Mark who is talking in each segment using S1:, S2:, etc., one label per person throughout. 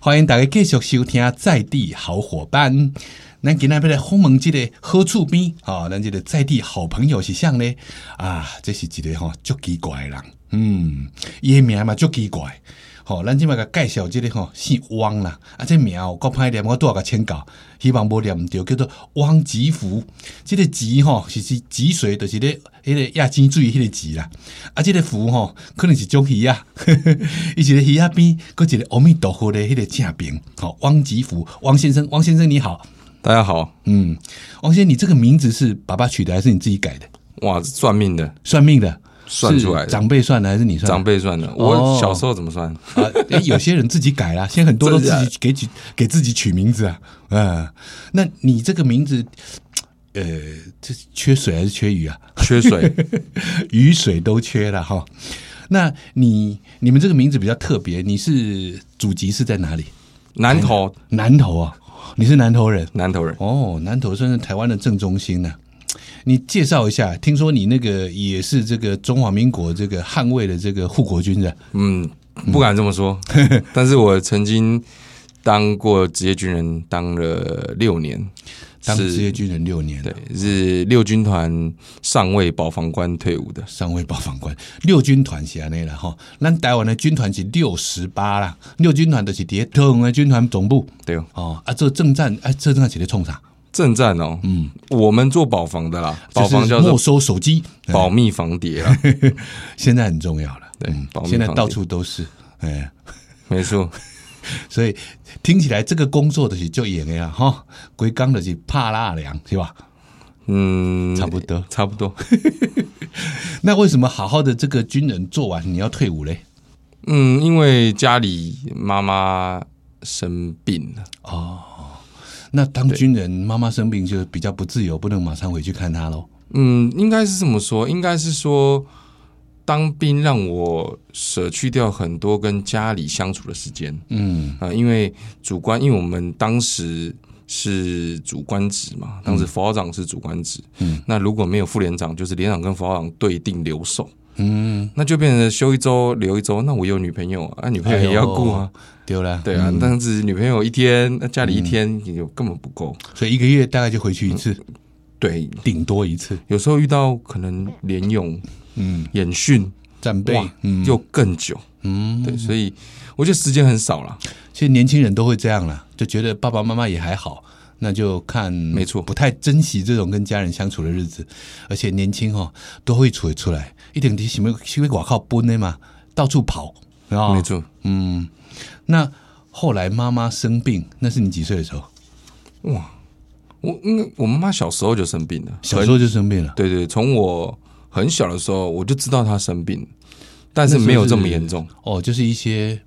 S1: 欢迎大家继续收听在地好伙伴。咱今仔日来访问即个好厝边吼，咱即个在地好朋友是啥呢？啊，这是一个吼足奇怪的人，嗯，伊诶名嘛足奇怪。吼、咱即摆甲介绍即个吼姓汪啦，啊，这名哦够歹念，我拄下甲请教，希望无念毋对，叫做汪吉福。即、个吉吼是是吉水，就是咧迄个亚金水迄个吉啦。啊，即、个福吼可能是种鱼啊， 伊一个鱼仔边，佮一个阿弥陀佛的迄个正边。吼、汪吉福，汪先生，汪先生你好。
S2: 大家好，
S1: 嗯，王先生，你这个名字是爸爸取的还是你自己改的？
S2: 哇，算命的
S1: 算命的，
S2: 算出来
S1: 是
S2: 的
S1: 长辈算的还是你算的？
S2: 长辈算的，
S1: 哦
S2: 我小时候怎么算？
S1: 啊、诶有些人自己改啦，现在很多都自
S2: 真的
S1: 己给取给自己取名字啊。嗯，那你这个名字，呃，这是缺水还是缺鱼啊？
S2: 缺水，
S1: 雨水都缺了哈。那你你们这个名字比较特别，你是祖籍是在哪里？
S2: 南投
S1: 南投啊，你是南投人
S2: 南投人，
S1: 哦，南投算是台湾的正中心呢、你介绍一下，听说你那个也是这个中华民国这个捍卫的这个护国军人，
S2: 嗯，不敢这么说，
S1: 嗯
S2: 但是我曾经当过职业军人，当了六年，
S1: 当职业
S2: 是，
S1: 军人六年，
S2: 对，是六军团上尉保防官退伍的，
S1: 上尉报防官，六军团是安尼啦吼，咱台湾的军团是六十八啦，六军团就是伫统的军团总部
S2: 对哦，
S1: 哦，啊，做正战，啊，做正战是咧冲啥？
S2: 正战哦，嗯，我们做保防的啦，保防
S1: 就
S2: 叫
S1: 是没
S2: 做
S1: 收手机，
S2: 保密防谍啦，
S1: 现在很重要了，
S2: 对保密
S1: 嗯现在
S2: 防
S1: 到
S2: 谍
S1: 处都是，哎。
S2: 没错，
S1: 所以听起来这个工作就是就演的啦，哈，规工就是怕纳凉是吧？
S2: 嗯，
S1: 差不多。
S2: 差不多，
S1: 那为什么好好的这个军人做完你要退伍嘞？
S2: 嗯，因为家里妈妈生病了，
S1: 那当军人，妈妈生病就比较不自由，不能马上回去看她喽。
S2: 嗯，应该是这么说，应该是说当兵让我舍去掉很多跟家里相处的时间
S1: 嗯，
S2: 啊、因为主官，因为我们当时。是主官职嘛？当时副校长是主官职，嗯，那如果没有副连长，就是连长跟副校长对定留守，嗯，那就变成休一周留一周。那我有女朋友啊，女朋友也要顾啊，
S1: 哎丢了。
S2: 对啊，但是女朋友一天，那家里一天也就根本不够。
S1: 所以一个月大概就回去一次，
S2: 嗯对，
S1: 顶多一次。
S2: 有时候遇到可能联勇、
S1: 嗯，
S2: 演训，
S1: 战备
S2: 哇，，又更久。
S1: 嗯，
S2: 对，所以我觉得时间很少了。
S1: 其实年轻人都会这样啦，就觉得爸爸妈妈也还好。那就看，没
S2: 错
S1: 不太珍惜这种跟家人相处的日子，而且年轻哦都会处出来，一定是什么去外靠奔的嘛，到处跑，啊，
S2: 没错，
S1: 嗯，那后来妈妈生病，那是你几岁的时候？
S2: 我因为我妈妈小时候就生病了，
S1: 小时候就生病了，
S2: 对对，从我很小的时候我就知道她生病，但是没有这么严重，
S1: 哦，就是一些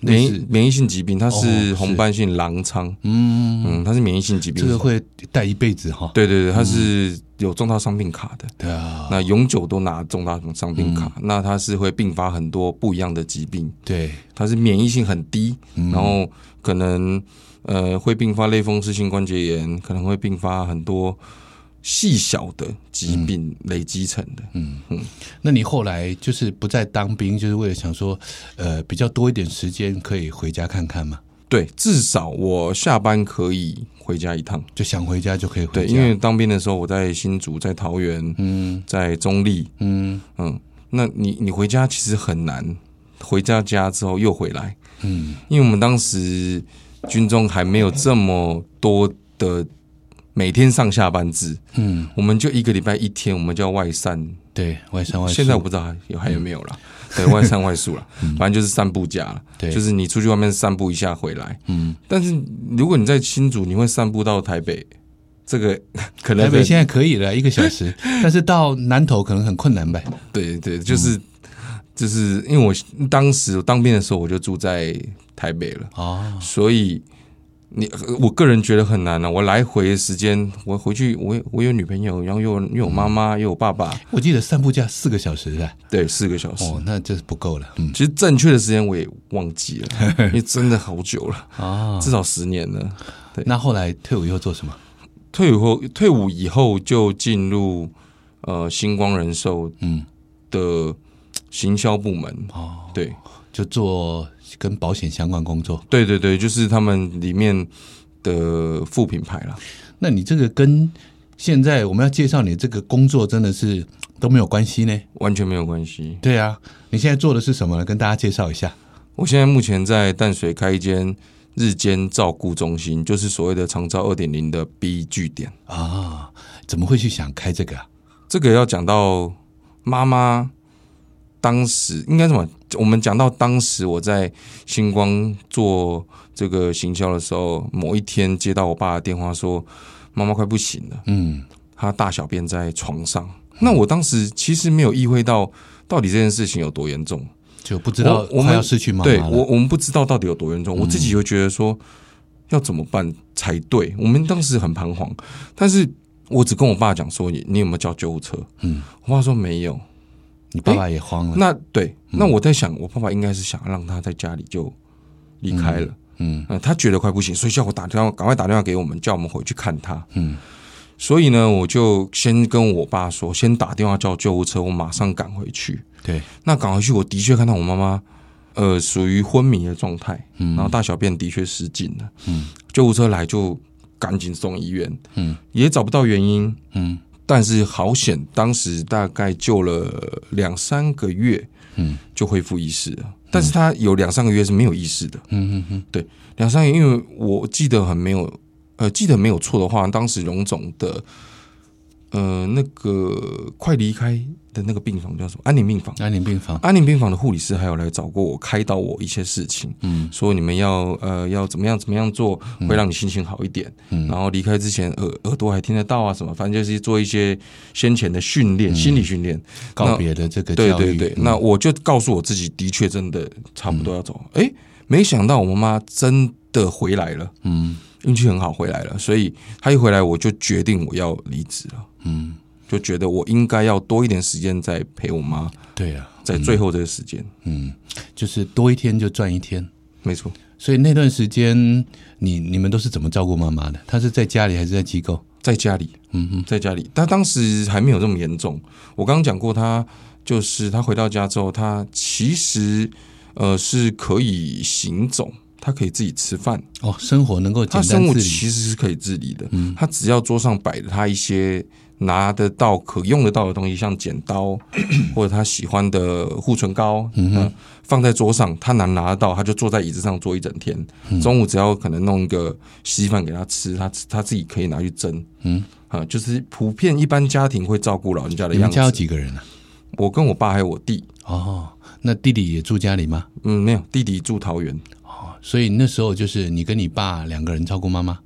S2: 免
S1: 类
S2: 疫
S1: 似
S2: 免疫性疾病，它
S1: 哦是
S2: 是红斑性狼疮，
S1: 嗯，
S2: 嗯，它是免疫性疾病
S1: 这，个会带一辈子哈。
S2: 对对对，它是有重大伤病卡的。
S1: 对啊，嗯
S2: 那永久都拿重大伤病卡，那它是会并发很多不一样的疾病，
S1: 对，
S2: 它是免疫性很低，然后可能呃会并发类风湿性关节炎，可能会并发很多细小的疾病累积成的。
S1: 那你后来就是不再当兵，就是为了想说，呃，比较多一点时间可以回家看看嘛，
S2: 对，至少我下班可以回家一趟。
S1: 就想回家就可以回
S2: 对，
S1: 家。
S2: 因为当兵的时候我在新竹、在桃园、
S1: 嗯
S2: 在中立，
S1: 嗯
S2: 嗯，那你你回家其实很难，回家家之后又回来，
S1: 嗯，
S2: 因为我们当时军中还没有这么多的每天上下班制，
S1: 嗯，
S2: 我们就一个礼拜一天，我们叫外散。
S1: 对外山外宿嗯
S2: 现在我不知道还有还有没有啦，对外散外宿啦，反正就是散步假啦，
S1: 对
S2: 就是你出去外面散步一下回来。
S1: 嗯，
S2: 但是如果你在新竹，你会散步到台北，这个 可能
S1: 台北
S2: 会
S1: 现在可以了，一个小 时，但是到南投可能很困难呗。
S2: 对对，
S1: 嗯
S2: 就是、就是因为我当时当兵的时候我就住在台北了。
S1: 哦，
S2: 所以你我个人觉得很难啊。我来回的时间，我回去我我有女朋友，然后又有又有妈妈，又有爸爸，
S1: 我记得散步假四个小时的，
S2: 对，四个小时。
S1: 哦，那这是不够了。嗯
S2: 其实正确的时间我也忘记 了，因为真的好久了，
S1: 啊，
S2: 至少十年了。
S1: 那后来退伍以后做什么？
S2: 退伍后，退伍以后就进入呃星光人寿
S1: 嗯，
S2: 的行销部门，
S1: 哦，
S2: 对
S1: 就做跟保险相关工作。
S2: 对对对，就是他们里面的副品牌啦。
S1: 那你这个跟现在我们要介绍你这个工作真的是都没有关系呢？
S2: 完全没有关系。
S1: 对啊，你现在做的是什么呢？跟大家介绍一下。
S2: 我现在目前在淡水开一间日间照顾中心，就是所谓的长照二点零的 B 据点。
S1: 啊，怎么会去想开这个、啊？
S2: 这个要讲到妈妈当时应该怎么？我们讲到当时我在星光做这个行销的时候，某一天接到我爸的电话说，妈妈快不行了，
S1: 嗯，
S2: 她大小便在床上。那我当时其实没有意会到到底这件事情有多严重，
S1: 就不知道
S2: 我我们
S1: 快要失去妈妈
S2: 对
S1: 了嗯
S2: 我我们不知道到底有多严重，我自己会觉得说要怎么办才对。我们当时很彷徨，但是我只跟我爸讲说你你有没有叫救护车？
S1: 嗯，
S2: 我爸说没有。
S1: 你爸爸也慌了。
S2: 那对，
S1: 嗯
S2: 那我在想，我爸爸应该是想让他在家里就离开了。
S1: 嗯
S2: 嗯，他觉得快不行，所以叫我打电话，赶快打电话给我们，叫我们回去看他。
S1: 嗯，
S2: 所以呢，我就先跟我爸说，先打电话叫救护车，我马上赶回去。
S1: 对，
S2: 那赶回去，我的确看到我妈妈，呃，属于昏迷的状态，然后大小便的确失禁了。
S1: 嗯，
S2: 救护车来就赶紧送医院，
S1: 嗯，
S2: 也找不到原因，
S1: 嗯
S2: 但是好险，当时大概救了两三个月，
S1: 嗯，
S2: 就恢复意识了。但是他有两三个月是没有意识的，
S1: 嗯嗯嗯，
S2: 两三个月，因为我记得很没有，呃，记得没有错的话，当时荣总的，呃，那个快离开的那个病房叫什么？安宁病房。
S1: 安宁病房。
S2: 安宁病房的护理师还有来找过我，开导我一些事情，
S1: 嗯
S2: 说你们要呃要怎么样怎么样做，会让你心情好一点。
S1: 嗯
S2: 然后离开之前耳耳朵还听得到啊什么，反正就是做一些先前的训练，心理训练。
S1: 告别的这个
S2: 对
S1: 嗯教育，嗯
S2: 对对，那我就告诉我自己，的确真的差不多要走。诶，没想到我妈妈真的回来了，
S1: 嗯
S2: 运气很好回来了，所以她一回来我就决定我要离职了，
S1: 嗯，
S2: 就觉得我应该要多一点时间在陪我妈，
S1: 对啊，
S2: 在最后这个时间，
S1: 嗯，就是多一天就赚一天。
S2: 没错。
S1: 所以那段时间，你你们都是怎么照顾妈妈的？她是在家里还是在机构？
S2: 在家里，
S1: 嗯哼，
S2: 在家里，他当时还没有这么严重。我刚刚讲过，他就是他回到家之后，他其实呃是可以行走，他可以自己吃饭，
S1: 哦，生活能够简
S2: 他
S1: 单
S2: 生活
S1: 自理，嗯
S2: 其实是可以自理的。他只要桌上摆了他一些拿得到、可用得到的东西，像剪 刀或者他喜欢的护唇膏，嗯，放在桌上，他能拿得到，他就坐在椅子上坐一整天。
S1: 嗯
S2: 中午只要可能弄一个稀饭给他吃，他他自己可以拿去蒸。
S1: 嗯，
S2: 啊，就是普遍一般家庭会照顾老人家的
S1: 你们
S2: 样
S1: 家有
S2: 子。
S1: 几个人啊？
S2: 我跟我爸还有我弟，
S1: 哦，那弟弟也住家里吗？
S2: 嗯，没有弟弟住桃园，
S1: 哦，所以那时候就是你跟你爸两个人照顾妈妈。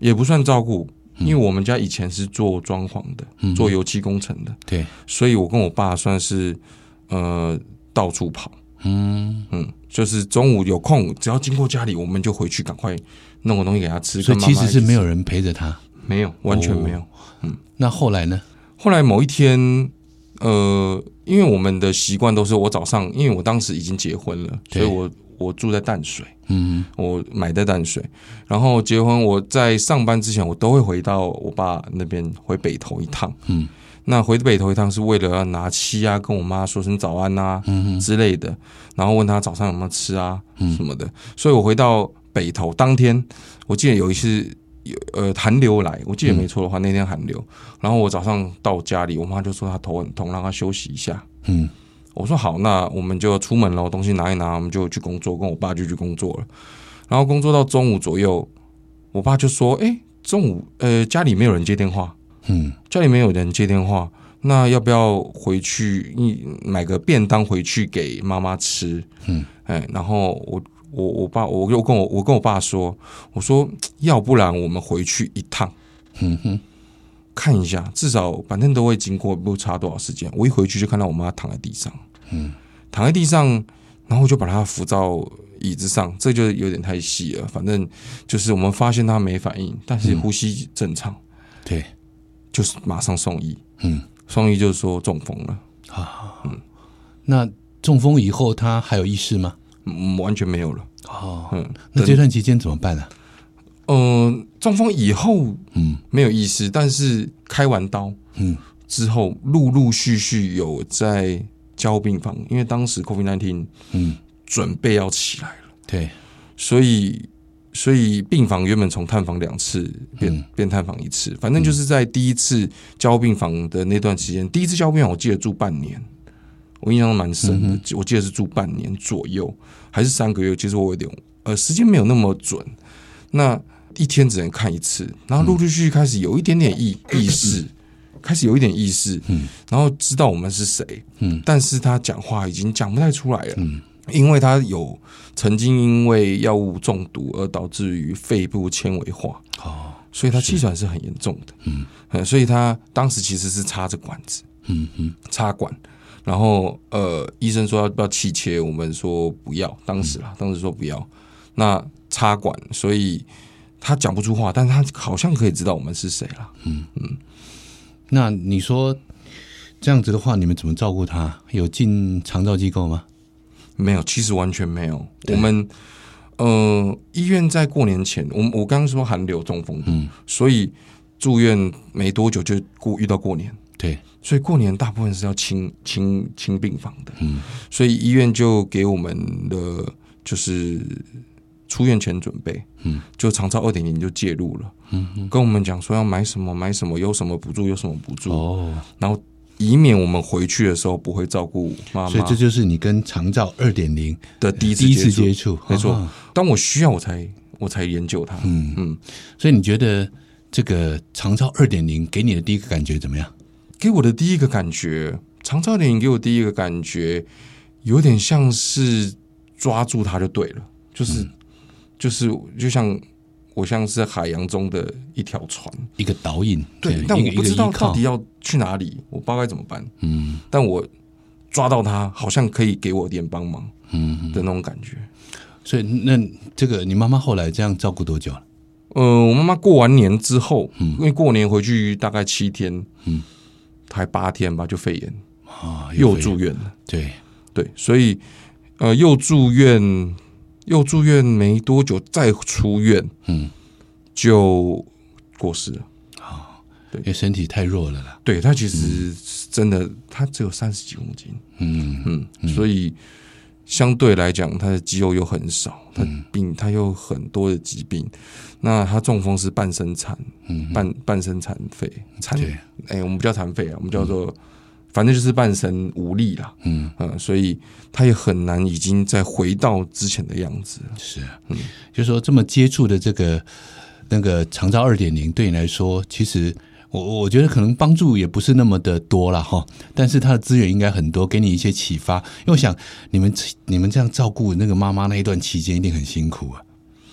S2: 也不算照顾。
S1: 嗯
S2: 因为我们家以前是做装潢的，做油漆工程的，
S1: 对，
S2: 所以我跟我爸算是呃到处跑，
S1: 嗯，
S2: 嗯，就是中午有空，只要经过家里，我们就回去赶快弄个东西给他吃。
S1: 所以
S2: 跟
S1: 其
S2: 妈妈
S1: 实是
S2: 一起
S1: 没有人陪着她。
S2: 没有完全没有。
S1: 那后来呢？
S2: 后来某一天，呃，因为我们的习惯都是我早上，因为我当时已经结婚了，所
S1: 对
S2: 以我我住在淡水，
S1: 嗯，
S2: 我买在淡水，然后结婚我在上班之前，我都会回到我爸那边回北投一趟，
S1: 嗯。
S2: 那回北投一趟是为了要拿七啊，跟我妈说声早安啊，
S1: 嗯
S2: 之类的，然后问她早上有没有吃啊，什么的。所以我回到北投当天，我记得有一次有呃寒流来，我记得没
S1: 嗯
S2: 错的话，那天寒流，然后我早上到家里，我妈就说她头很痛，让她休息一下。
S1: 嗯，
S2: 我说好，那我们就出门喽，东西拿一拿，我们就去工作，跟我爸就去工作了。然后工作到中午左右，我爸就说：“哎，中午呃家里没有人接电话，
S1: 嗯，
S2: 家里没有人接电话，那要不要回去嗯买个便当回去给妈妈吃？”
S1: 嗯，
S2: 哎，然后我我我爸我又跟我我跟我爸说，我说要不然我们回去一趟。
S1: 嗯哼，
S2: 看一下，至少反正都会经过，不差多少时间。我一回去就看到我妈躺在地上，
S1: 嗯
S2: 躺在地上，然后我就把她扶到椅子上，这就有点太细了。反正就是我们发现她没反应，但是
S1: 嗯
S2: 呼吸正常，
S1: 对，
S2: 就是马上送医。
S1: 嗯
S2: 送医就是说中风了，
S1: 啊，那中风以后她还有意识吗？
S2: 嗯，完全没有了。
S1: 哦，
S2: 嗯，
S1: 那这段期间怎么办啊？
S2: 嗯、中风以后
S1: 嗯
S2: 没有意识，但是开完刀
S1: 嗯
S2: 之后，陆陆续续有在交病房，因为当时 COVID nineteen
S1: 嗯
S2: 准备要起来了，
S1: 对，
S2: 所以所以病房原本从探访两次变、变探访一次，反正就是在第一次交护病房的那段时间，第一次交护病房我记得住半年，我印象蛮深的，我记得是住半年左右，还是三个月，其实我有点呃时间没有那么准，那一天只能看一次，然后陆陆续续开始有一点点意意识。开始有一点意识，嗯，然后知道我们是谁，嗯，但是他讲话已经讲不太出来了，嗯，因为他有曾经因为药物中毒而导致于肺部纤维化，
S1: 哦，
S2: 所以他气喘是很严重的，嗯，所以他当时其实是插着管子，
S1: 嗯嗯，
S2: 插管，然后呃，医生说要不要气切，我们说不要，当时
S1: 嗯
S2: 啦，当时说不要，那插管，所以他讲不出话，但他好像可以知道我们是谁啦，
S1: 那你说这样子的话，你们怎么照顾他？有进长照机构吗？
S2: 没有，其实完全没有。我们呃，医院在过年前，我我刚刚说寒流中风，嗯，所以住院没多久就过遇到过年，
S1: 对，
S2: 所以过年大部分是要清清清病房的，嗯，所以医院就给我们的就是出院前准备，嗯，就长照二点零就介入了，嗯，跟我们讲说要买什么买什么，有什么补助有什么补助，
S1: 哦，
S2: 然后以免我们回去的时候不会照顾妈
S1: 所以
S2: 妈
S1: 这就是你跟长照二点零
S2: 的第一次
S1: 第一次
S2: 触
S1: 接触，
S2: 没错
S1: 哦。
S2: 当我需要，我才我才研究它。啊嗯
S1: 所以你觉得这个长照二点零给你的第一个感觉怎么样？
S2: 给我的第一个感觉，长照电影给我第一个感觉，有点像是抓住它就对了，就是、就是就像我像是海洋中的一条船，
S1: 一个导引，
S2: 对，但我不知道到底要去哪里，我不知道该怎么办。嗯，但我抓到它，好像可以给我点帮忙。嗯的那种感觉。
S1: 所以那这个你妈妈后来这样照顾多久了？
S2: 呃，我妈妈过完年之后，因为过年回去大概七天，嗯，还八天吧，就肺炎
S1: 啊、
S2: 又
S1: 有
S2: 住院了。
S1: 对，
S2: 对，所以呃，又住院，又住院没多久再出院，嗯，就过世了。
S1: 因为身体太弱了啦。
S2: 对他其实
S1: 嗯
S2: 是真的，他只有三十几公斤，嗯嗯，所以相对来讲，他的肌肉又很少，他
S1: 嗯
S2: 病他又很多的疾病。那他中风是半身残，半半身残废，残
S1: 嗯对嗯
S2: 哎，我们不叫残废啊，我们叫做反正就是半身无力啦，嗯所以他也很难已经再回到之前的样子了。
S1: 是，就说这么接触的这个那个长照二点零，对你来说，其实我我觉得可能帮助也不是那么的多了哈，但是它的资源应该很多，给你一些启发。因为我想你们你们这样照顾那个妈妈那一段期间，一定很辛苦啊，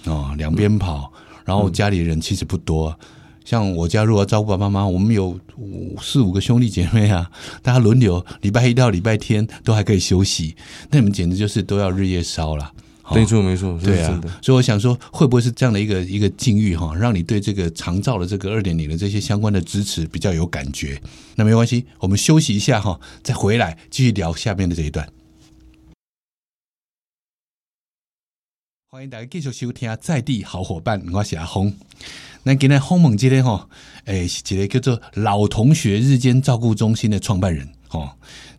S1: 哦，两边跑，然后家里人其实不多、啊像我家如果要照顾爸爸妈妈，我们有五四五个兄弟姐妹啊，大家轮流，礼拜一到礼拜天都还可以休息。那你们简直就是都要日夜烧了。哦
S2: 没错，没错，这
S1: 对
S2: 是
S1: 啊
S2: 真的。，
S1: 所以我想说，会不会是这样的一个一个境遇哈，让你对这个长照的这个二点零的这些相关的支持比较有感觉？那没关系，我们休息一下哈，再回来继续聊下面的这一段。欢迎大家继续收听在地好伙伴，我是阿红。那今天访问这个吼，诶、是一个叫做老同学日间照顾中心的创办人吼。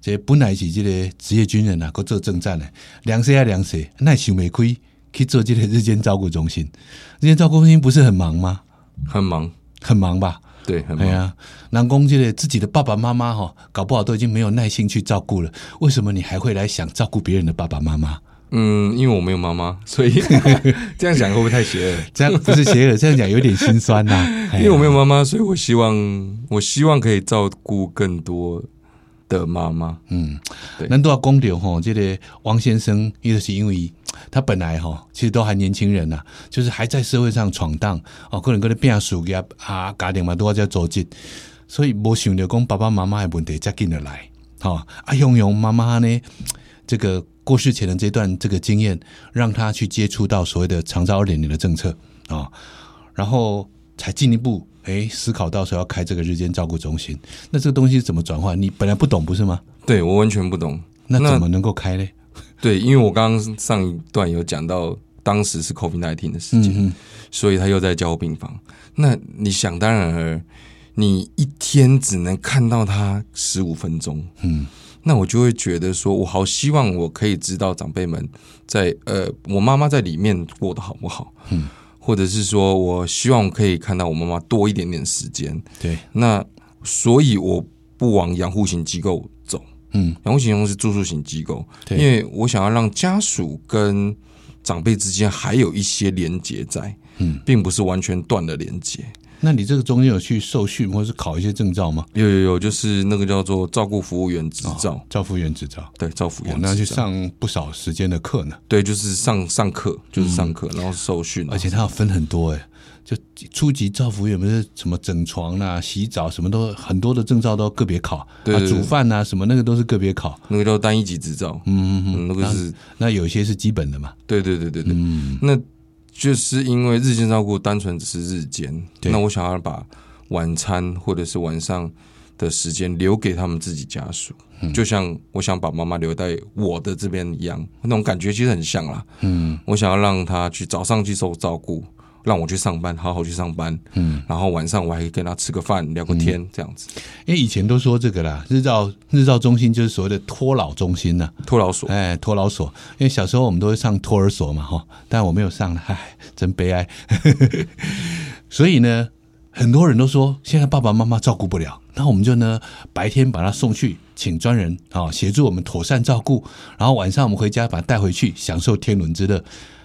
S1: 这本来是这个职业军人啊，搁做政战的，凉些啊凉些，那想袂开去做这个日间照顾中心。日间照顾中心不是很忙吗？
S2: 很忙，
S1: 很忙吧？
S2: 对，很
S1: 哎
S2: 忙。
S1: 呀，南宫这个自己的爸爸妈妈哈，搞不好都已经没有耐心去照顾了，为什么你还会来想照顾别人的爸爸妈妈？
S2: 嗯，因为我没有妈妈，所 以 这样讲会不会太邪恶？
S1: 这样不是邪恶，这样讲有点心酸 呐、哎呀
S2: 因为我没有妈妈，所以我希望我希望可以照顾更多的妈妈。
S1: 嗯
S2: 对
S1: 咱都要讲到吼，这个汪先生，伊就是因为他本来吼，其实都还年轻人呐、就是还在社会上闯荡哦，可能个咧变事业啊，家庭嘛都要在组织，所以无想到讲爸爸妈妈的问题才紧得来，吼、啊，用用妈妈呢，这个过世前的这段这个经验，让他去接触到所谓的长照二点零的政策啊、哦然后才进一步。诶思考到说要开这个日间照顾中心，那这个东西怎么转换？你本来不懂不是吗？
S2: 对我完全不懂。
S1: 那
S2: 那
S1: 怎么能够开呢？
S2: 对，因为我刚刚上一段有讲到，当时是 COVID 1 9的事件，所以他又在交护病房。那你想当然而，你一天只能看到他十五分钟，嗯，那我就会觉得说，我好希望我可以知道长辈们在呃，我妈妈在里面过得好不好，嗯，或者是说我希望可以看到我妈妈多一点点时间。
S1: 对，
S2: 那所以我不往养护型机构走，
S1: 嗯，
S2: 养护型机构是住宿型机构，
S1: 对
S2: 因为我想要让家属跟长辈之间还有一些连接在，
S1: 嗯，
S2: 并不是完全断了连接。
S1: 那你这个中间有去受训或是考一些证照吗？
S2: 有有有，就是那个叫做照顾服务员执照，
S1: 照服员执照，
S2: 对，照啊服务
S1: 我
S2: 员
S1: 哦那去
S2: 执照，
S1: 上不少时间的课呢，
S2: 对，就是上上课，就是上课，然后受训啊，
S1: 嗯而且它要分很多哎、就初级照服员不是什么整床啦、洗澡什么都很多的证照都个别考，
S2: 对对
S1: 啊、煮饭呐、什么那个都是个别考，
S2: 那个叫单一级执照，嗯嗯，那个是
S1: 那有一些是基本的嘛，
S2: 对对对对对，
S1: 嗯
S2: 那就是因为日间照顾单纯只是日间，
S1: 对
S2: 那我想要把晚餐或者是晚上的时间留给他们自己家属，
S1: 嗯
S2: 就像我想把妈妈留在我的这边一样，那种感觉其实很像啦。
S1: 嗯，
S2: 我想要让她去早上去受照顾。让我去上班，好好去上班，嗯，然后晚上我还可以跟她吃个饭，聊个天，
S1: 嗯
S2: 这样子。
S1: 因为以前都说这个啦，日照日照中心就是所谓的托老中心呐、
S2: 托老所，
S1: 哎，托老所，因为小时候我们都会上托儿所嘛，哈，但我没有上， 唉，真悲哀。所以呢，很多人都说现在爸爸妈妈照顾不了，那我们就呢白天把他送去，请专人啊、协助我们妥善照顾，然后晚上我们回家把他带回去，享受天伦之乐，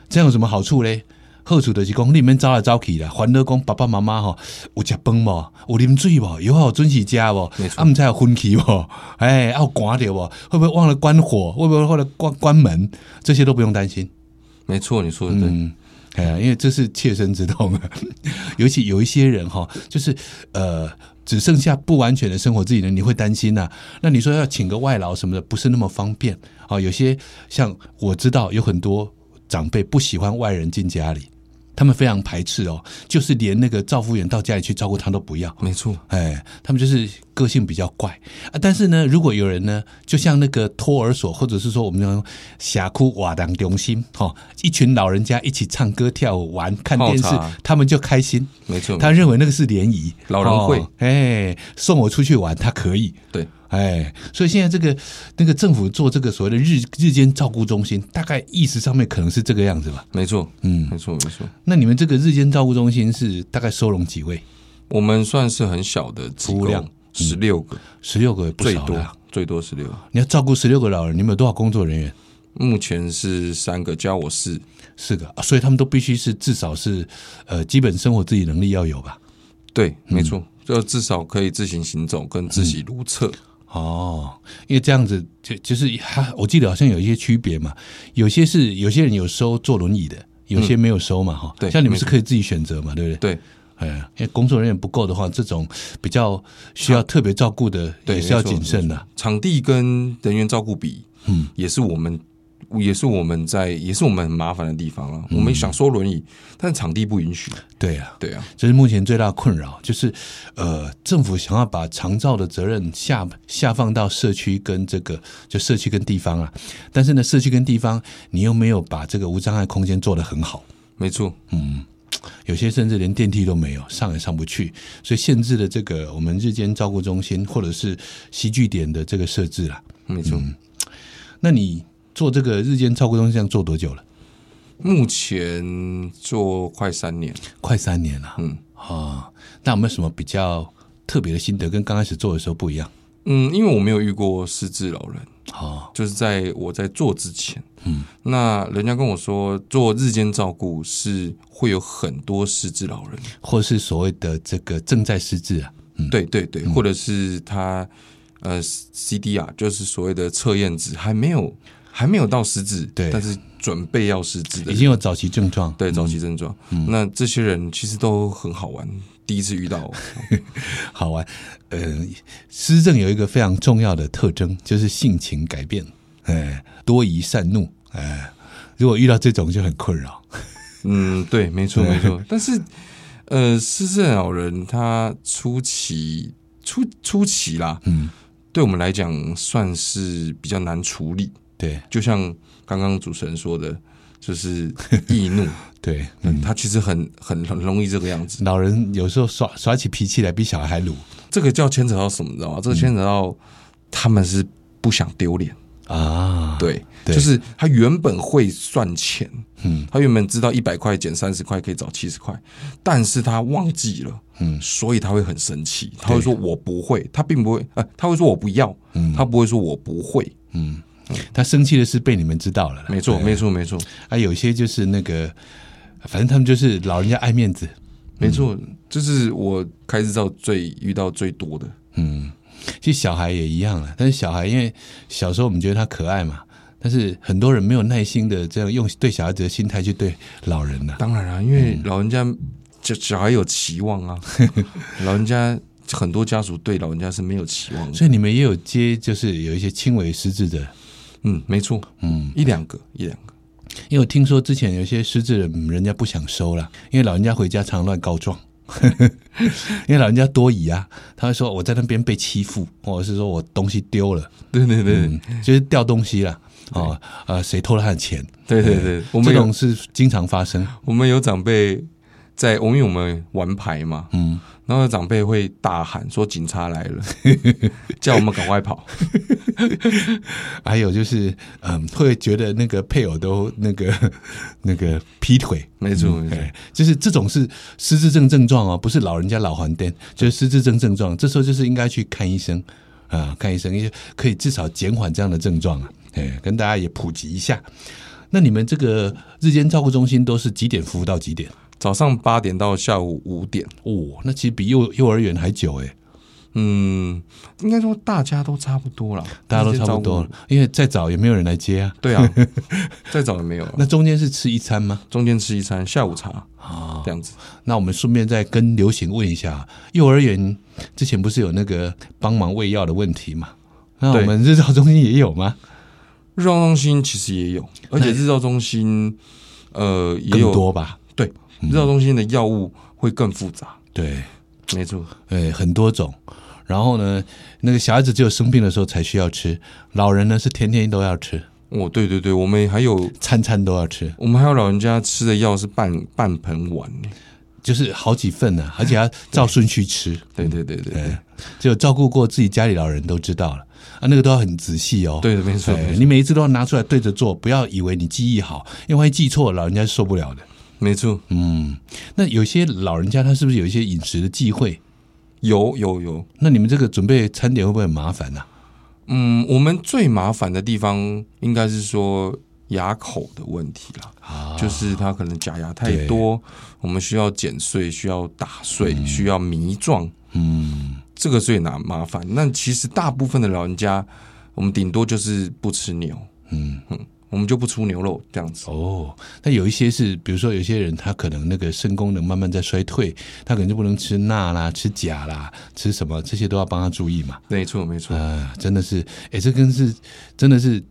S1: 这样有什么好处嘞？好处就是讲，你们招来招去啦，烦恼讲爸爸妈妈吼，有食饭无，有啉水无，有好准时食无
S2: 没，错
S1: 啊，毋知有昏去无，哎，啊有寒着无，会不会忘了关火，会不会忘了关关门，这些都不用担心。
S2: 没错，你说的对，
S1: 嗯，哎呀，因为这是切身之痛啊。 尤其有一些人哈，就是呃，只剩下不完全的生活自理能力，你会担心呐、那你说要请个外劳什么的，不是那么方便啊、有些像我知道有很多长辈不喜欢外人进家里，他们非常排斥哦，就是连那个照顾员到家里去照顾他都不要。
S2: 没错，
S1: 哎，他们就是个性比较怪啊。但是呢，如果有人呢，就像那个托儿所，或者是说我们讲峡谷瓦当中心，哈、哦，一群老人家一起唱歌、跳舞、玩、看电视
S2: 泡茶，
S1: 他们就开心。
S2: 没错，
S1: 他认为那个是联谊，
S2: 老人会
S1: 哦哎，送我出去玩，他可以。
S2: 对，
S1: 哎，所以现在这个那个政府做这个所谓的日日间照顾中心，大概意识上面可能是这个样子吧。
S2: 没错，
S1: 嗯，
S2: 没错，没错。
S1: 那你们这个日间照顾中心是大概收容几位？
S2: 我们算是很小的机
S1: 服务
S2: 构
S1: 量，
S2: 十六个、
S1: 十六个也不
S2: 最
S1: 少了
S2: 多最多十六。
S1: 你要照顾十六个老人，你们有多少工作人员？
S2: 目前是三个，加我四，
S1: 四个，啊所以他们都必须是至少是呃基本生活自理能力要有吧？
S2: 对，
S1: 嗯
S2: 没错，就至少可以自行行走跟自己如厕。
S1: 哦，因为这样子就就是他，我记得好像有一些区别嘛，有些是有些人有收坐轮椅的，有些没有收嘛哈、
S2: 嗯对
S1: 像你们
S2: 没
S1: 是
S2: 错
S1: 可以自己选择嘛，对不对？
S2: 对，
S1: 哎呀，因为工作人员不够的话，这种比较需要特别照顾的
S2: 对
S1: 也是要
S2: 没错
S1: 谨慎的、
S2: 场地跟人员照顾比，嗯，也是我们。也是我们在，也是我们很麻烦的地方
S1: 嗯
S2: 了、我们想收轮椅，但场地不允许。
S1: 对啊，
S2: 对啊，
S1: 这是目前最大的困扰，就是呃，政府想要把长照的责任下下放到社区跟这个就社区跟地方啊，但是呢，社区跟地方你又没有把这个无障碍空间做得很好，
S2: 没错，
S1: 有些甚至连电梯都没有，上也上不去，所以限制了这个我们日间照顾中心或者是西据点的这个设置啦。
S2: 没错。
S1: 嗯那你做这个日间照顾中心这样做多久了？
S2: 目前做快三年，
S1: 快三年了，
S2: 嗯
S1: 啊、那有没有什么比较特别的心得，跟刚开始做的时候不一样？
S2: 嗯，因为我没有遇过失智老人，
S1: 哦。
S2: 就是在我在做之前，嗯，那人家跟我说做日间照顾是会有很多失智老人，
S1: 或是所谓的这个正在失智啊，
S2: 对对对，或者是他呃 CDR，就是所谓的测验值还没有还没有到失智，
S1: 对
S2: 但是准备要失智
S1: 已
S2: 的人，
S1: 经嗯有早期症状。
S2: 对早期症状，那这些人其实都很好玩，第一次遇到我，
S1: 好玩。呃，失政有一个非常重要的特征，就是性情改变，哎，多疑善怒，哎，如果遇到这种就很困扰。
S2: 嗯，对，没错没错，但是呃，失智症老人他初期初初期啦，
S1: 嗯，
S2: 对我们来讲算是比较难处理。
S1: 对
S2: 就像刚刚主持人说的， 就是易怒，
S1: 对，
S2: 嗯，他其实很很很容易这个样子。
S1: 老人有时候耍耍起脾气来比小孩还鲁。
S2: 这个叫牵扯到什么，你知道吗？这个牵扯到他们是不想丢脸。
S1: 啊，
S2: 对，
S1: 对
S2: 就是他原本会算钱，嗯，他原本知道一百块减三十块可以找七十块，但是他忘记了，嗯，所以他会很生气，他会说我不会，他并不会，呃，他会说我不要，嗯，他不会说我不会，
S1: 他生气的是被你们知道了啦，
S2: 没错，
S1: 对
S2: 没错，没错，
S1: 啊，有些就是那个，反正他们就是老人家爱面子，
S2: 没错，这是我开始到最遇到最多的，
S1: 其实小孩也一样了，但是小孩因为小时候我们觉得他可爱嘛，但是很多人没有耐心的这样用对小孩子的心态去对老人呐、
S2: 当然啊，因为老人家小小孩有期望 啊，老人家很多家属对老人家是没有期望的，
S1: 所以你们也有接，就是有一些轻微失智的，
S2: 嗯，没错，嗯，一两个，一两个。
S1: 因为我听说之前有些失智的人人家不想收了，因为老人家回家常乱告状。 因为老人家多疑啊，他会说我在那边被欺负，或者是说我东西丢了，
S2: 对对对，
S1: 嗯，就是掉东西了，哦，呃，谁偷了他的钱，
S2: 对对对，我
S1: 这
S2: 们有
S1: 种是经常发生，
S2: 我们有长辈在，因为我们玩牌嘛，嗯，然后有长辈会大喊说警察来 了，叫我们赶快跑。
S1: 还有就是，嗯，会觉得那个配偶都那个那个劈腿，
S2: 没错没错，
S1: 哎，就是这种是失智症症状哦，不是老人家老还癫，就是失智症症状。这时候就是应该去看医生啊，看医生，因为可以至少减缓这样的症状啊。哎，跟大家也普及一下。那你们这个日间照顾中心都是几点服务到几点？
S2: 早上八点到下午五点，
S1: 哦，那其实比幼幼儿园还久哎、
S2: 嗯，应该说大家都差不多了，
S1: 大家都差不多了。，因为再早也没有人来接啊。
S2: 对啊， 再早也没有了。
S1: 那中间是吃一餐吗？
S2: 中间吃一餐，下午茶
S1: 哦
S2: 这样子。
S1: 那我们顺便再跟流行问一下，幼儿园之前不是有那个帮忙喂药的问题嘛？那我
S2: 对
S1: 们日照中心也有吗？
S2: 日照中心其实也有，而且日照中心呃也
S1: 更
S2: 有
S1: 多嗯吧？
S2: 对日照中心的药物会更复杂，
S1: 对，
S2: 没错。
S1: 呃，很多种。然后呢，那个小孩子只有生病的时候才需要吃，老人呢是天天都要吃，
S2: 哦，对对对，我们还有
S1: 餐餐都要吃，
S2: 我们还有老人家吃的药是半半盆碗
S1: 嗯
S2: 耶，
S1: 就是好几份呢、而且要照顺序吃。
S2: 对对对对对
S1: 对，只有照顾过自己家里老人都知道了啊，那个都要很仔细哦。
S2: 对，没错
S1: 哎，你每一次都要拿出来对着做，不要以为你记忆好，因为万一记错，老人家是受不了的。
S2: 没错，
S1: 嗯，那有些老人家他是不是有一些饮食的忌讳？
S2: 有有有，
S1: 那你们这个准备餐点会不会很麻烦啊呢、
S2: 嗯，我们最麻烦的地方应该是说牙口的问题啦，
S1: 啊
S2: 就是他可能假牙太多，我们需要剪碎，需要打碎，需要迷状，
S1: 嗯，
S2: 这个最难麻烦。那其实大部分的老人家，我们顶多就是不吃牛，
S1: 嗯
S2: 嗯，我们就不出牛肉这样子。
S1: 哦，那有一些是，比如说有些人他可能那个肾功能慢慢在衰退，他可能就不能吃钠啦、吃钾啦、吃什么，这些都要帮他注意嘛。
S2: 没错，没错，
S1: 啊，真的是，哎，这跟是真的是，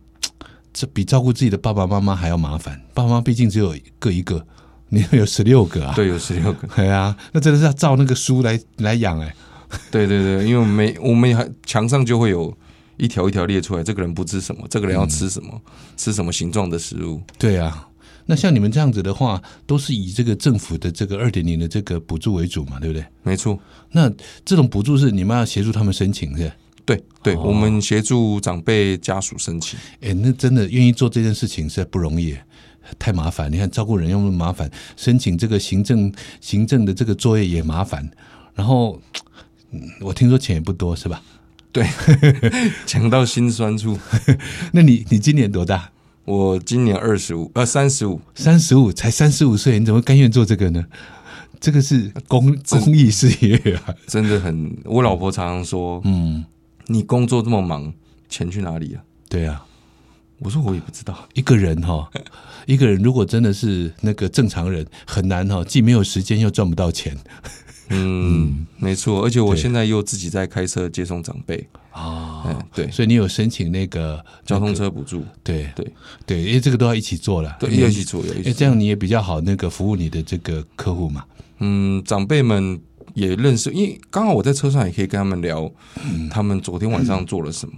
S1: 这比照顾自己的爸爸妈妈还要麻烦。爸爸妈妈毕竟只有各一个，你们有十六个啊。
S2: 对，有十六个。
S1: 对啊，那真的是要照那个书来来养哎、
S2: 对对对，因为我们每我们还墙上就会有一条一条列出来，这个人不吃什么，这个人要吃什么，
S1: 嗯
S2: 吃什么形状的食物。
S1: 对啊，那像你们这样子的话，都是以这个政府的这个二点零的这个补助为主嘛，对不对？
S2: 没错，
S1: 那这种补助是你们要协助他们申请是吧？
S2: 对对，
S1: 哦
S2: 我们协助长辈家属申请。
S1: 哎，那真的愿意做这件事情实在不容易耶，太麻烦。你看照顾人又那么麻烦，申请这个行政行政的这个作业也麻烦，然后。嗯我听说钱也不多是吧？
S2: 对，讲到心酸处，
S1: 那你你今年多大？
S2: 我今年二十五，呃，三十五，
S1: 三十五，才三十五岁，你怎么甘愿做这个呢？这个是公公益事业啊！
S2: 真的很。我老婆常常说，
S1: 嗯，
S2: 你工作这么忙，钱去哪里了、
S1: 对啊，
S2: 我说我也不知道。
S1: 一个人哈、 一个人如果真的是那个正常人，很难哈、既没有时间又赚不到钱
S2: 嗯，没错，而且我
S1: 对
S2: 现在又自己在开车接送长辈。
S1: 啊。
S2: 嗯，对，
S1: 所以你有申请那个
S2: 交通车补助，
S1: 对
S2: 对
S1: 对，因为这个都要一起做了，
S2: 对，
S1: 因为
S2: 要一起做，要一
S1: 因
S2: 起
S1: 为
S2: 做
S1: 这样你也比较好那个服务你的这个客户嘛。
S2: 嗯，长辈们也认识，因为刚好我在车上也可以跟他们聊，他们昨天晚上做了什么，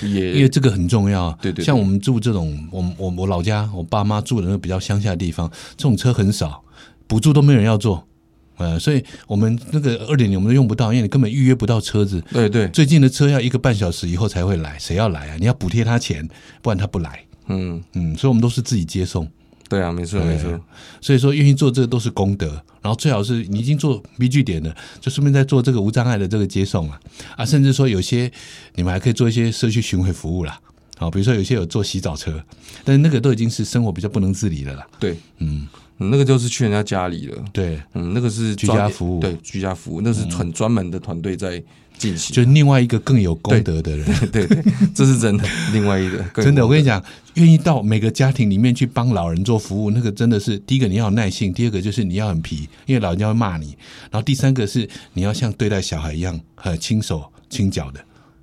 S1: 嗯因为
S2: 也
S1: 这个很重要。啊
S2: 对对对
S1: 像我们住这种，我们我我老家，我爸妈住的那个比较乡下的地方，这种车很少，补助都没有人要做。呃，所以我们那个二点零我们都用不到，因为你根本预约不到车子。
S2: 对对，
S1: 最近的车要一个半小时以后才会来，谁要来啊？你要补贴他钱，不然他不来。
S2: 嗯，
S1: 嗯，所以我们都是自己接送。
S2: 对啊，没错没错，
S1: 所以说愿意做这个都是功德，然后最好是你已经做 B 据点了，就顺便再做这个无障碍的这个接送啊啊，甚至说有些你们还可以做一些社区巡回服务啦。好，比如说有些有做洗澡车，但是那个都已经是生活比较不能自理的啦。
S2: 对，
S1: 嗯，
S2: 嗯那个就是去人家家里了。
S1: 对，
S2: 嗯，那个是
S1: 居
S2: 专
S1: 家服务嗯
S2: 对居家服务，那是很专门的团队在进行。
S1: 就另外一个更有功德的人，
S2: 对对，这是真的。另外一个更
S1: 真的，我跟你讲，愿意到每个家庭里面去帮老人做服务，那个真的是第一个你要有耐性，第二个就是你要很皮，因为老人家会骂你，然后第三个是你要像对待小孩一样，很轻手轻脚的，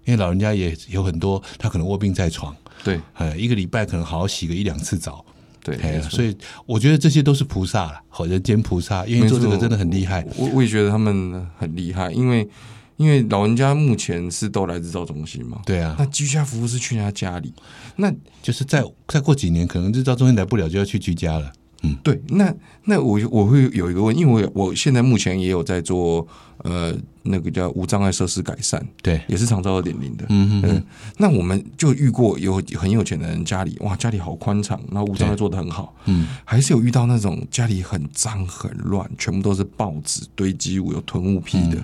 S1: 因为老人家也有很多，他可能卧病在床，
S2: 对
S1: 呃，一个礼拜可能好好洗个一两次澡。
S2: 对，
S1: 哎
S2: 没
S1: 呀，
S2: 错
S1: 所以我觉得这些都是菩萨了，好人间菩萨，愿意做这个真的很厉害。
S2: 我我也觉得他们很厉害，因为因为老人家目前是都来自照中心嘛。
S1: 对啊
S2: 那，居家服务是去人家家里，那
S1: 就是再再过几年，可能日照中心来不了，就要去居家了。
S2: 对，那那我我会有一个问，因为我有我现在目前也有在做呃那个叫无障碍设施改善，
S1: 对，
S2: 也是长照二点零的。嗯嗯，那我们就遇过有很有钱的人家里，哇，家里好宽敞，然后无障碍做的很好。
S1: 嗯，
S2: 还是有遇到那种家里很脏很乱，全部都是报纸堆积物，有囤物癖的，
S1: 嗯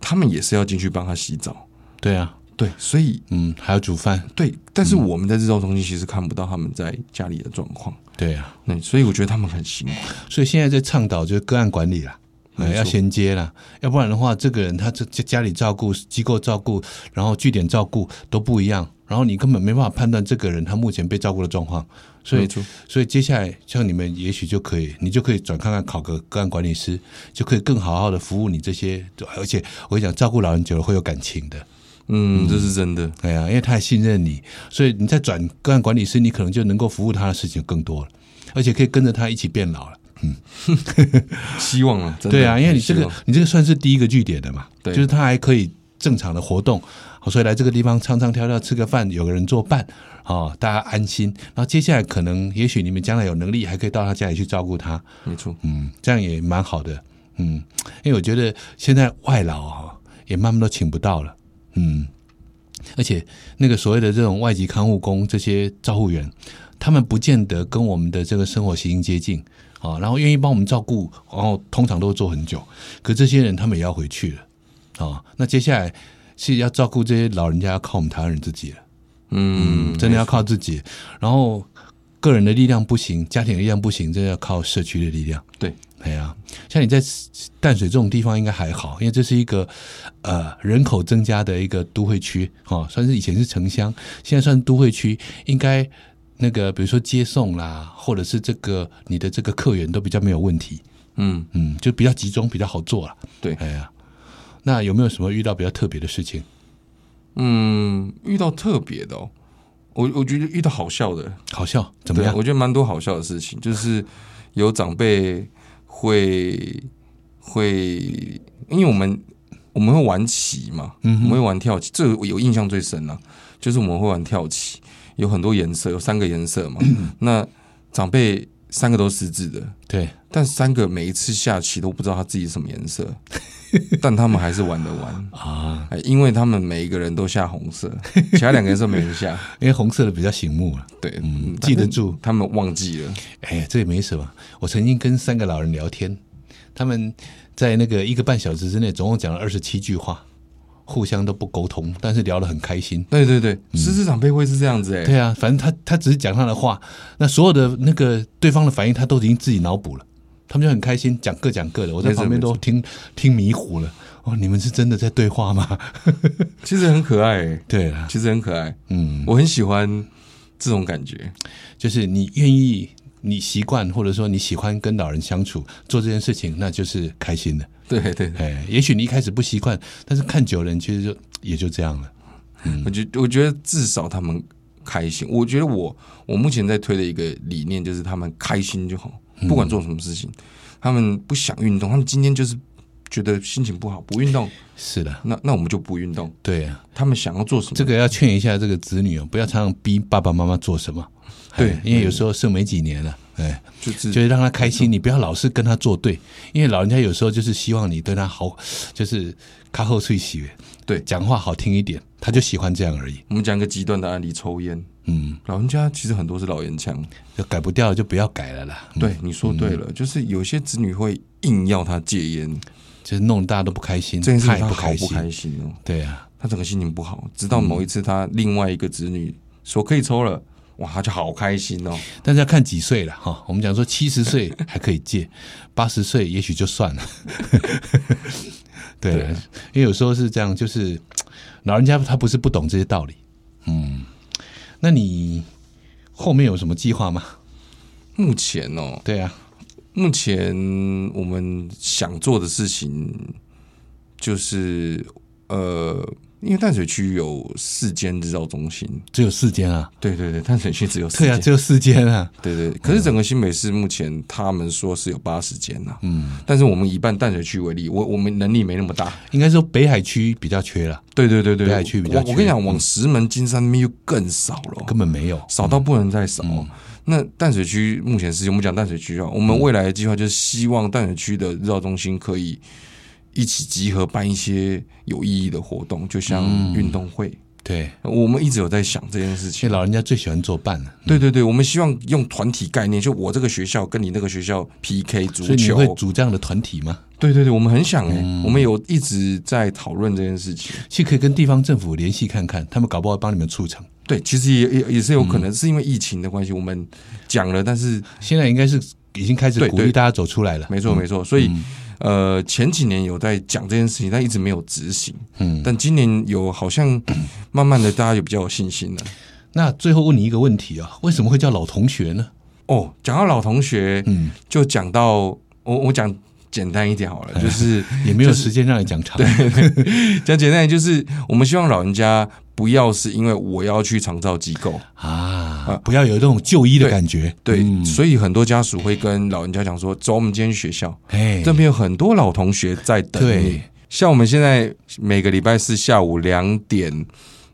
S2: 他们也是要进去帮他洗澡。
S1: 对啊，
S2: 对，所以
S1: 嗯，还要煮饭，
S2: 对，但
S1: 嗯
S2: 是我们在日照中心其实看不到他们在家里的状况。
S1: 对啊。
S2: 对，所以我觉得他们很辛苦。
S1: 所以现在在倡导就是个案管理啦，呃、
S2: 没错
S1: 要衔接啦，要不然的话，这个人他这家家里照顾、机构照顾，然后据点照顾都不一样，然后你根本没办法判断这个人他目前被照顾的状况，所
S2: 没
S1: 以
S2: 错，
S1: 所以接下来像你们也许就可以，你就可以转看看考个个案管理师，就可以更好好的服务你这些，而且我跟你讲，照顾老人久了会有感情的。
S2: 嗯，这是真的。
S1: 对啊，因为他也信任你，所以你再转个案管理师，你可能就能够服务他的事情更多了，而且可以跟着他一起变老了。
S2: 希望啊，真的
S1: 对啊，因为你这
S2: 希
S1: 个
S2: 望
S1: 你这个算是第一个据点的嘛，
S2: 对
S1: 就是他还可以正常的活动，好所以来这个地方唱唱跳跳吃个饭，有个人作伴，哦，大家安心。然后接下来可能也许你们将来有能力，还可以到他家里去照顾他，
S2: 没错，
S1: 嗯，这样也蛮好的，嗯，因为我觉得现在外劳啊、也慢慢都请不到了，嗯，而且那个所谓的这种外籍看护工、这些照护员，他们不见得跟我们的这个生活息息接近啊，然后愿意帮我们照顾，然后通常都会做很久，可这些人他们也要回去了啊，那接下来是要照顾这些老人家，要靠我们台湾人自己了。
S2: 嗯，
S1: 真的要
S2: 没错
S1: 靠自己。然后个人的力量不行，家庭的力量不行，真的要靠社区的力量。
S2: 对，
S1: 哎呀、像你在淡水这种地方应该还好，因为这是一个呃人口增加的一个都会区哦，算是以前是城乡，现在算都会区，应该那个比如说接送啦，或者是这个你的这个客源都比较没有问题，
S2: 嗯，
S1: 嗯，就比较集中，比较好做了。
S2: 对
S1: 哎呀、那有没有什么遇到比较特别的事情？
S2: 嗯，遇到特别的哦，我我觉得遇到好笑的，
S1: 好笑怎么
S2: 对啊
S1: 样？
S2: 我觉得蛮多好笑的事情，就是有长辈会会，因为我们我们会玩棋嘛，嗯、我们会玩跳棋，这个我有印象最深啊，就是我们会玩跳棋，有很多颜色，有三个颜 色嘛，那长辈三个都是识字的，
S1: 对，
S2: 但三个每一次下棋都不知道他自己是什么 颜色，但他们还是玩得完啊！哎因为他们每一个人都下 红色，其他两个颜色没人下。
S1: 因为红色的比较醒目了。
S2: 对，
S1: 嗯
S2: 嗯
S1: 记得住
S2: 他们忘记了。
S1: 哎呀，这也没什么。我曾经跟三个老人聊天，他们在那个一个半小时之内，总共讲了二十七句话，互相都不沟通，但是聊得很开心。
S2: 对对对，狮子长辈会是这样子哎、
S1: 嗯对啊，反正他他只是讲他的话，那所有的那个对方的反应，他都已经自己脑补了，他们就很开心，讲各讲各的。我在
S2: 没错
S1: 旁边都
S2: 没错
S1: 听听迷糊了。哦，你们是真的在对话吗？
S2: 其实很可爱、哎
S1: 对啊啦，
S2: 其实很可爱，
S1: 嗯，
S2: 我很喜欢这种感觉。
S1: 就是你愿意，你习惯或者说你喜欢跟老人相处，做这件事情，那就是开心的。
S2: 对对对，
S1: 哎，也许你一开始不习惯，但是看久了，你其实就也就这样了。嗯
S2: 我觉我觉得至少他们开心。我觉得我我目前在推的一个理念就是他们开心就好，
S1: 嗯
S2: 不管做什么事情，他们不想运动，他们今天就是觉得心情不好，不 运动，
S1: 是的，
S2: 那那我们就不运动。
S1: 对呀、
S2: 他们想要做什么，
S1: 这个要劝一下这个子女哦，不要常常逼爸爸妈妈做什么。
S2: 对
S1: 哎因为有时候剩没几年了，哎，
S2: 就是
S1: 就是让他开心，你不要老是跟他作对，因为老人家有时候就是希望你对他好，就是卡后脆喜，
S2: 对
S1: 讲话好听一点，他就喜欢这样而已。
S2: 我们讲一个极端的案例，抽烟，
S1: 嗯，
S2: 老人家其实很多是老烟枪。
S1: 就改不掉就不要改了啦，嗯，
S2: 对，你说对了，就是有些子女会硬要他戒烟，
S1: 就是弄得大家都不开心，
S2: 这件事
S1: 他
S2: 情
S1: 也
S2: 他
S1: 不
S2: 好
S1: 开
S2: 不
S1: 心，
S2: 开心哦，
S1: 对啊，
S2: 他整个心情不好。直到某一次，他另外一个子女说可以抽了，哇，他就好开心哦。
S1: 但是要看几岁了哈。我们讲说七十岁还可以戒，八十岁也许就算了。 对，啊
S2: 对啊
S1: 因为有时候是这样，就是老人家他不是不懂这些道理。嗯，那你后面有什么计划吗？
S2: 目前哦，
S1: 对啊，
S2: 目前我们想做的事情就是呃，因为淡水区有四间日照中心，
S1: 只有四间啊，
S2: 对对对，淡水区只有四
S1: 对啊，
S2: 间，嗯
S1: 只有四间啊。
S2: 对对。可是整个新北市目前他们说是有八十间呐，嗯，但是我们以办淡水区为例，我我们能力没那么大，
S1: 应该说北海区比较缺了，
S2: 对对对对，
S1: 北海区比较
S2: 我我跟
S1: 缺
S2: 你讲，往石门、金山那边又更少了，
S1: 根本没有。
S2: 少到不能再少。
S1: 嗯
S2: 那淡水区目前是，我们讲淡水区啊，我们未来的计划就是希望淡水区的日照中心可以一起集合办一些有意义的活动，就像
S1: 嗯
S2: 运动会。
S1: 对，
S2: 我们一直有在想这件事
S1: 其实
S2: 情。
S1: 老人家最喜欢作伴了、
S2: 对对对，我们希望用团体概念，就我这个学校跟你那个学校 PK
S1: 所
S2: 足
S1: 以你会嗯
S2: 球。
S1: 组这样的团体吗？
S2: 对对对，我们很想哎、我们有一直在讨论这件事情。
S1: 其实可以跟地方政府联系看看，他们搞不好帮你们促成。
S2: 对，其实也也也是有可
S1: 嗯
S2: 能是因为疫情的关系，我们讲了，但是
S1: 现在应该是已经开始
S2: 对
S1: 鼓励
S2: 对
S1: 大家走出来了。
S2: 没错没错，所以、
S1: 嗯
S2: 呃前几年有在讲这件事情，但一直没有执行。
S1: 嗯
S2: 嗯，但今年有 好像慢慢的大家有比较有信心了。
S1: 那最后问你一个问题啊，为什么会叫老同学呢？
S2: 哦，讲到老同学，
S1: 嗯，
S2: 就讲到我我讲简单一点好 了，就是
S1: 也没有时间让你讲长。
S2: 讲简单一点，就是我们希望老人家不要是因为我要去长照机构，
S1: 啊，不要有那种就医的感觉。
S2: 对，
S1: 嗯
S2: 所以很多家属会跟老人家讲说，走，我们今天去学校，
S1: 哎，
S2: 这边有很多老同学在等
S1: 对
S2: 你。像我们现在每个礼拜四下午两点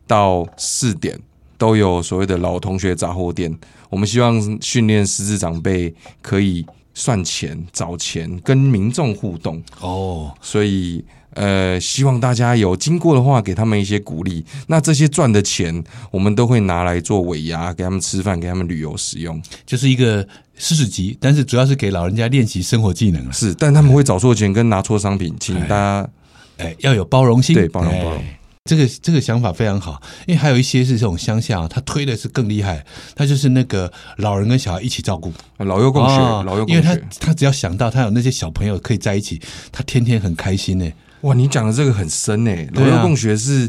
S2: 到四点都有所谓的老同学杂货店，我们希望训练失智长辈可以算钱、找钱，跟民众互动。
S1: 哦，
S2: 所以，呃，希望大家有经过的话，给他们一些鼓励。那这些赚的钱，我们都会拿来做尾牙，给他们吃饭，给他们旅游使用。
S1: 就是一个四十级，但是主要是给老人家练习生活技能了。
S2: 是，但他们会找错钱跟拿错商品，请大家
S1: 哎，要有包容心，
S2: 对包容
S1: 哎
S2: 包容。
S1: 这个这个想法非常好，因为还有一些是这种乡下、啊，他推的是更厉害，他就是那个老人跟小孩一起照顾，
S2: 老幼共学，
S1: 哦
S2: 老幼
S1: 因
S2: 共
S1: 为他
S2: 学。
S1: 他只要想到他有那些小朋友可以在一起，他天天很开心呢、
S2: 哇，你讲的这个很深诶、
S1: 对
S2: 老
S1: 啊
S2: 幼共学是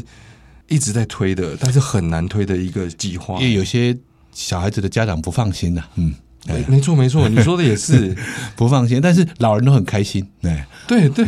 S2: 一直在推的，但是很难推的一个计划
S1: 因。为有些小孩子的家长不放心呐、嗯，
S2: 哎没没错没错，你说的 也是，
S1: 不放心，但是老人都很开心，哎，
S2: 对对。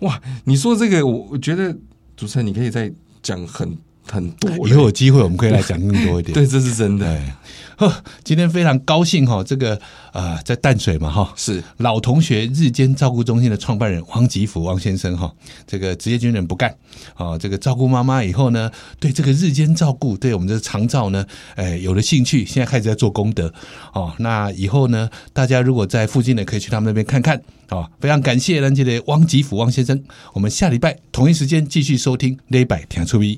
S2: 哇，你说这个，我我觉得主持人你可以再讲很很多嘞。
S1: 以哎后有机会我们可以来讲更多一 点。
S2: 对，这是真的，
S1: 哎，呵，今天非常高兴哈、这个呃，在淡水嘛哈、
S2: 是
S1: 老同学日间照顾中心的创办人王吉福王先生哈，这个职业军人不干啊，这个照顾妈妈以后呢，对这个日间照顾，对我们的长照呢，哎，有了兴趣，现在开始在做功德哦。那以后呢，大家如果在附近的，可以去他们那边看看哦。非常感谢咱这的汪吉福汪先生，我们下礼拜同一时间继续收听《礼拜听出名》。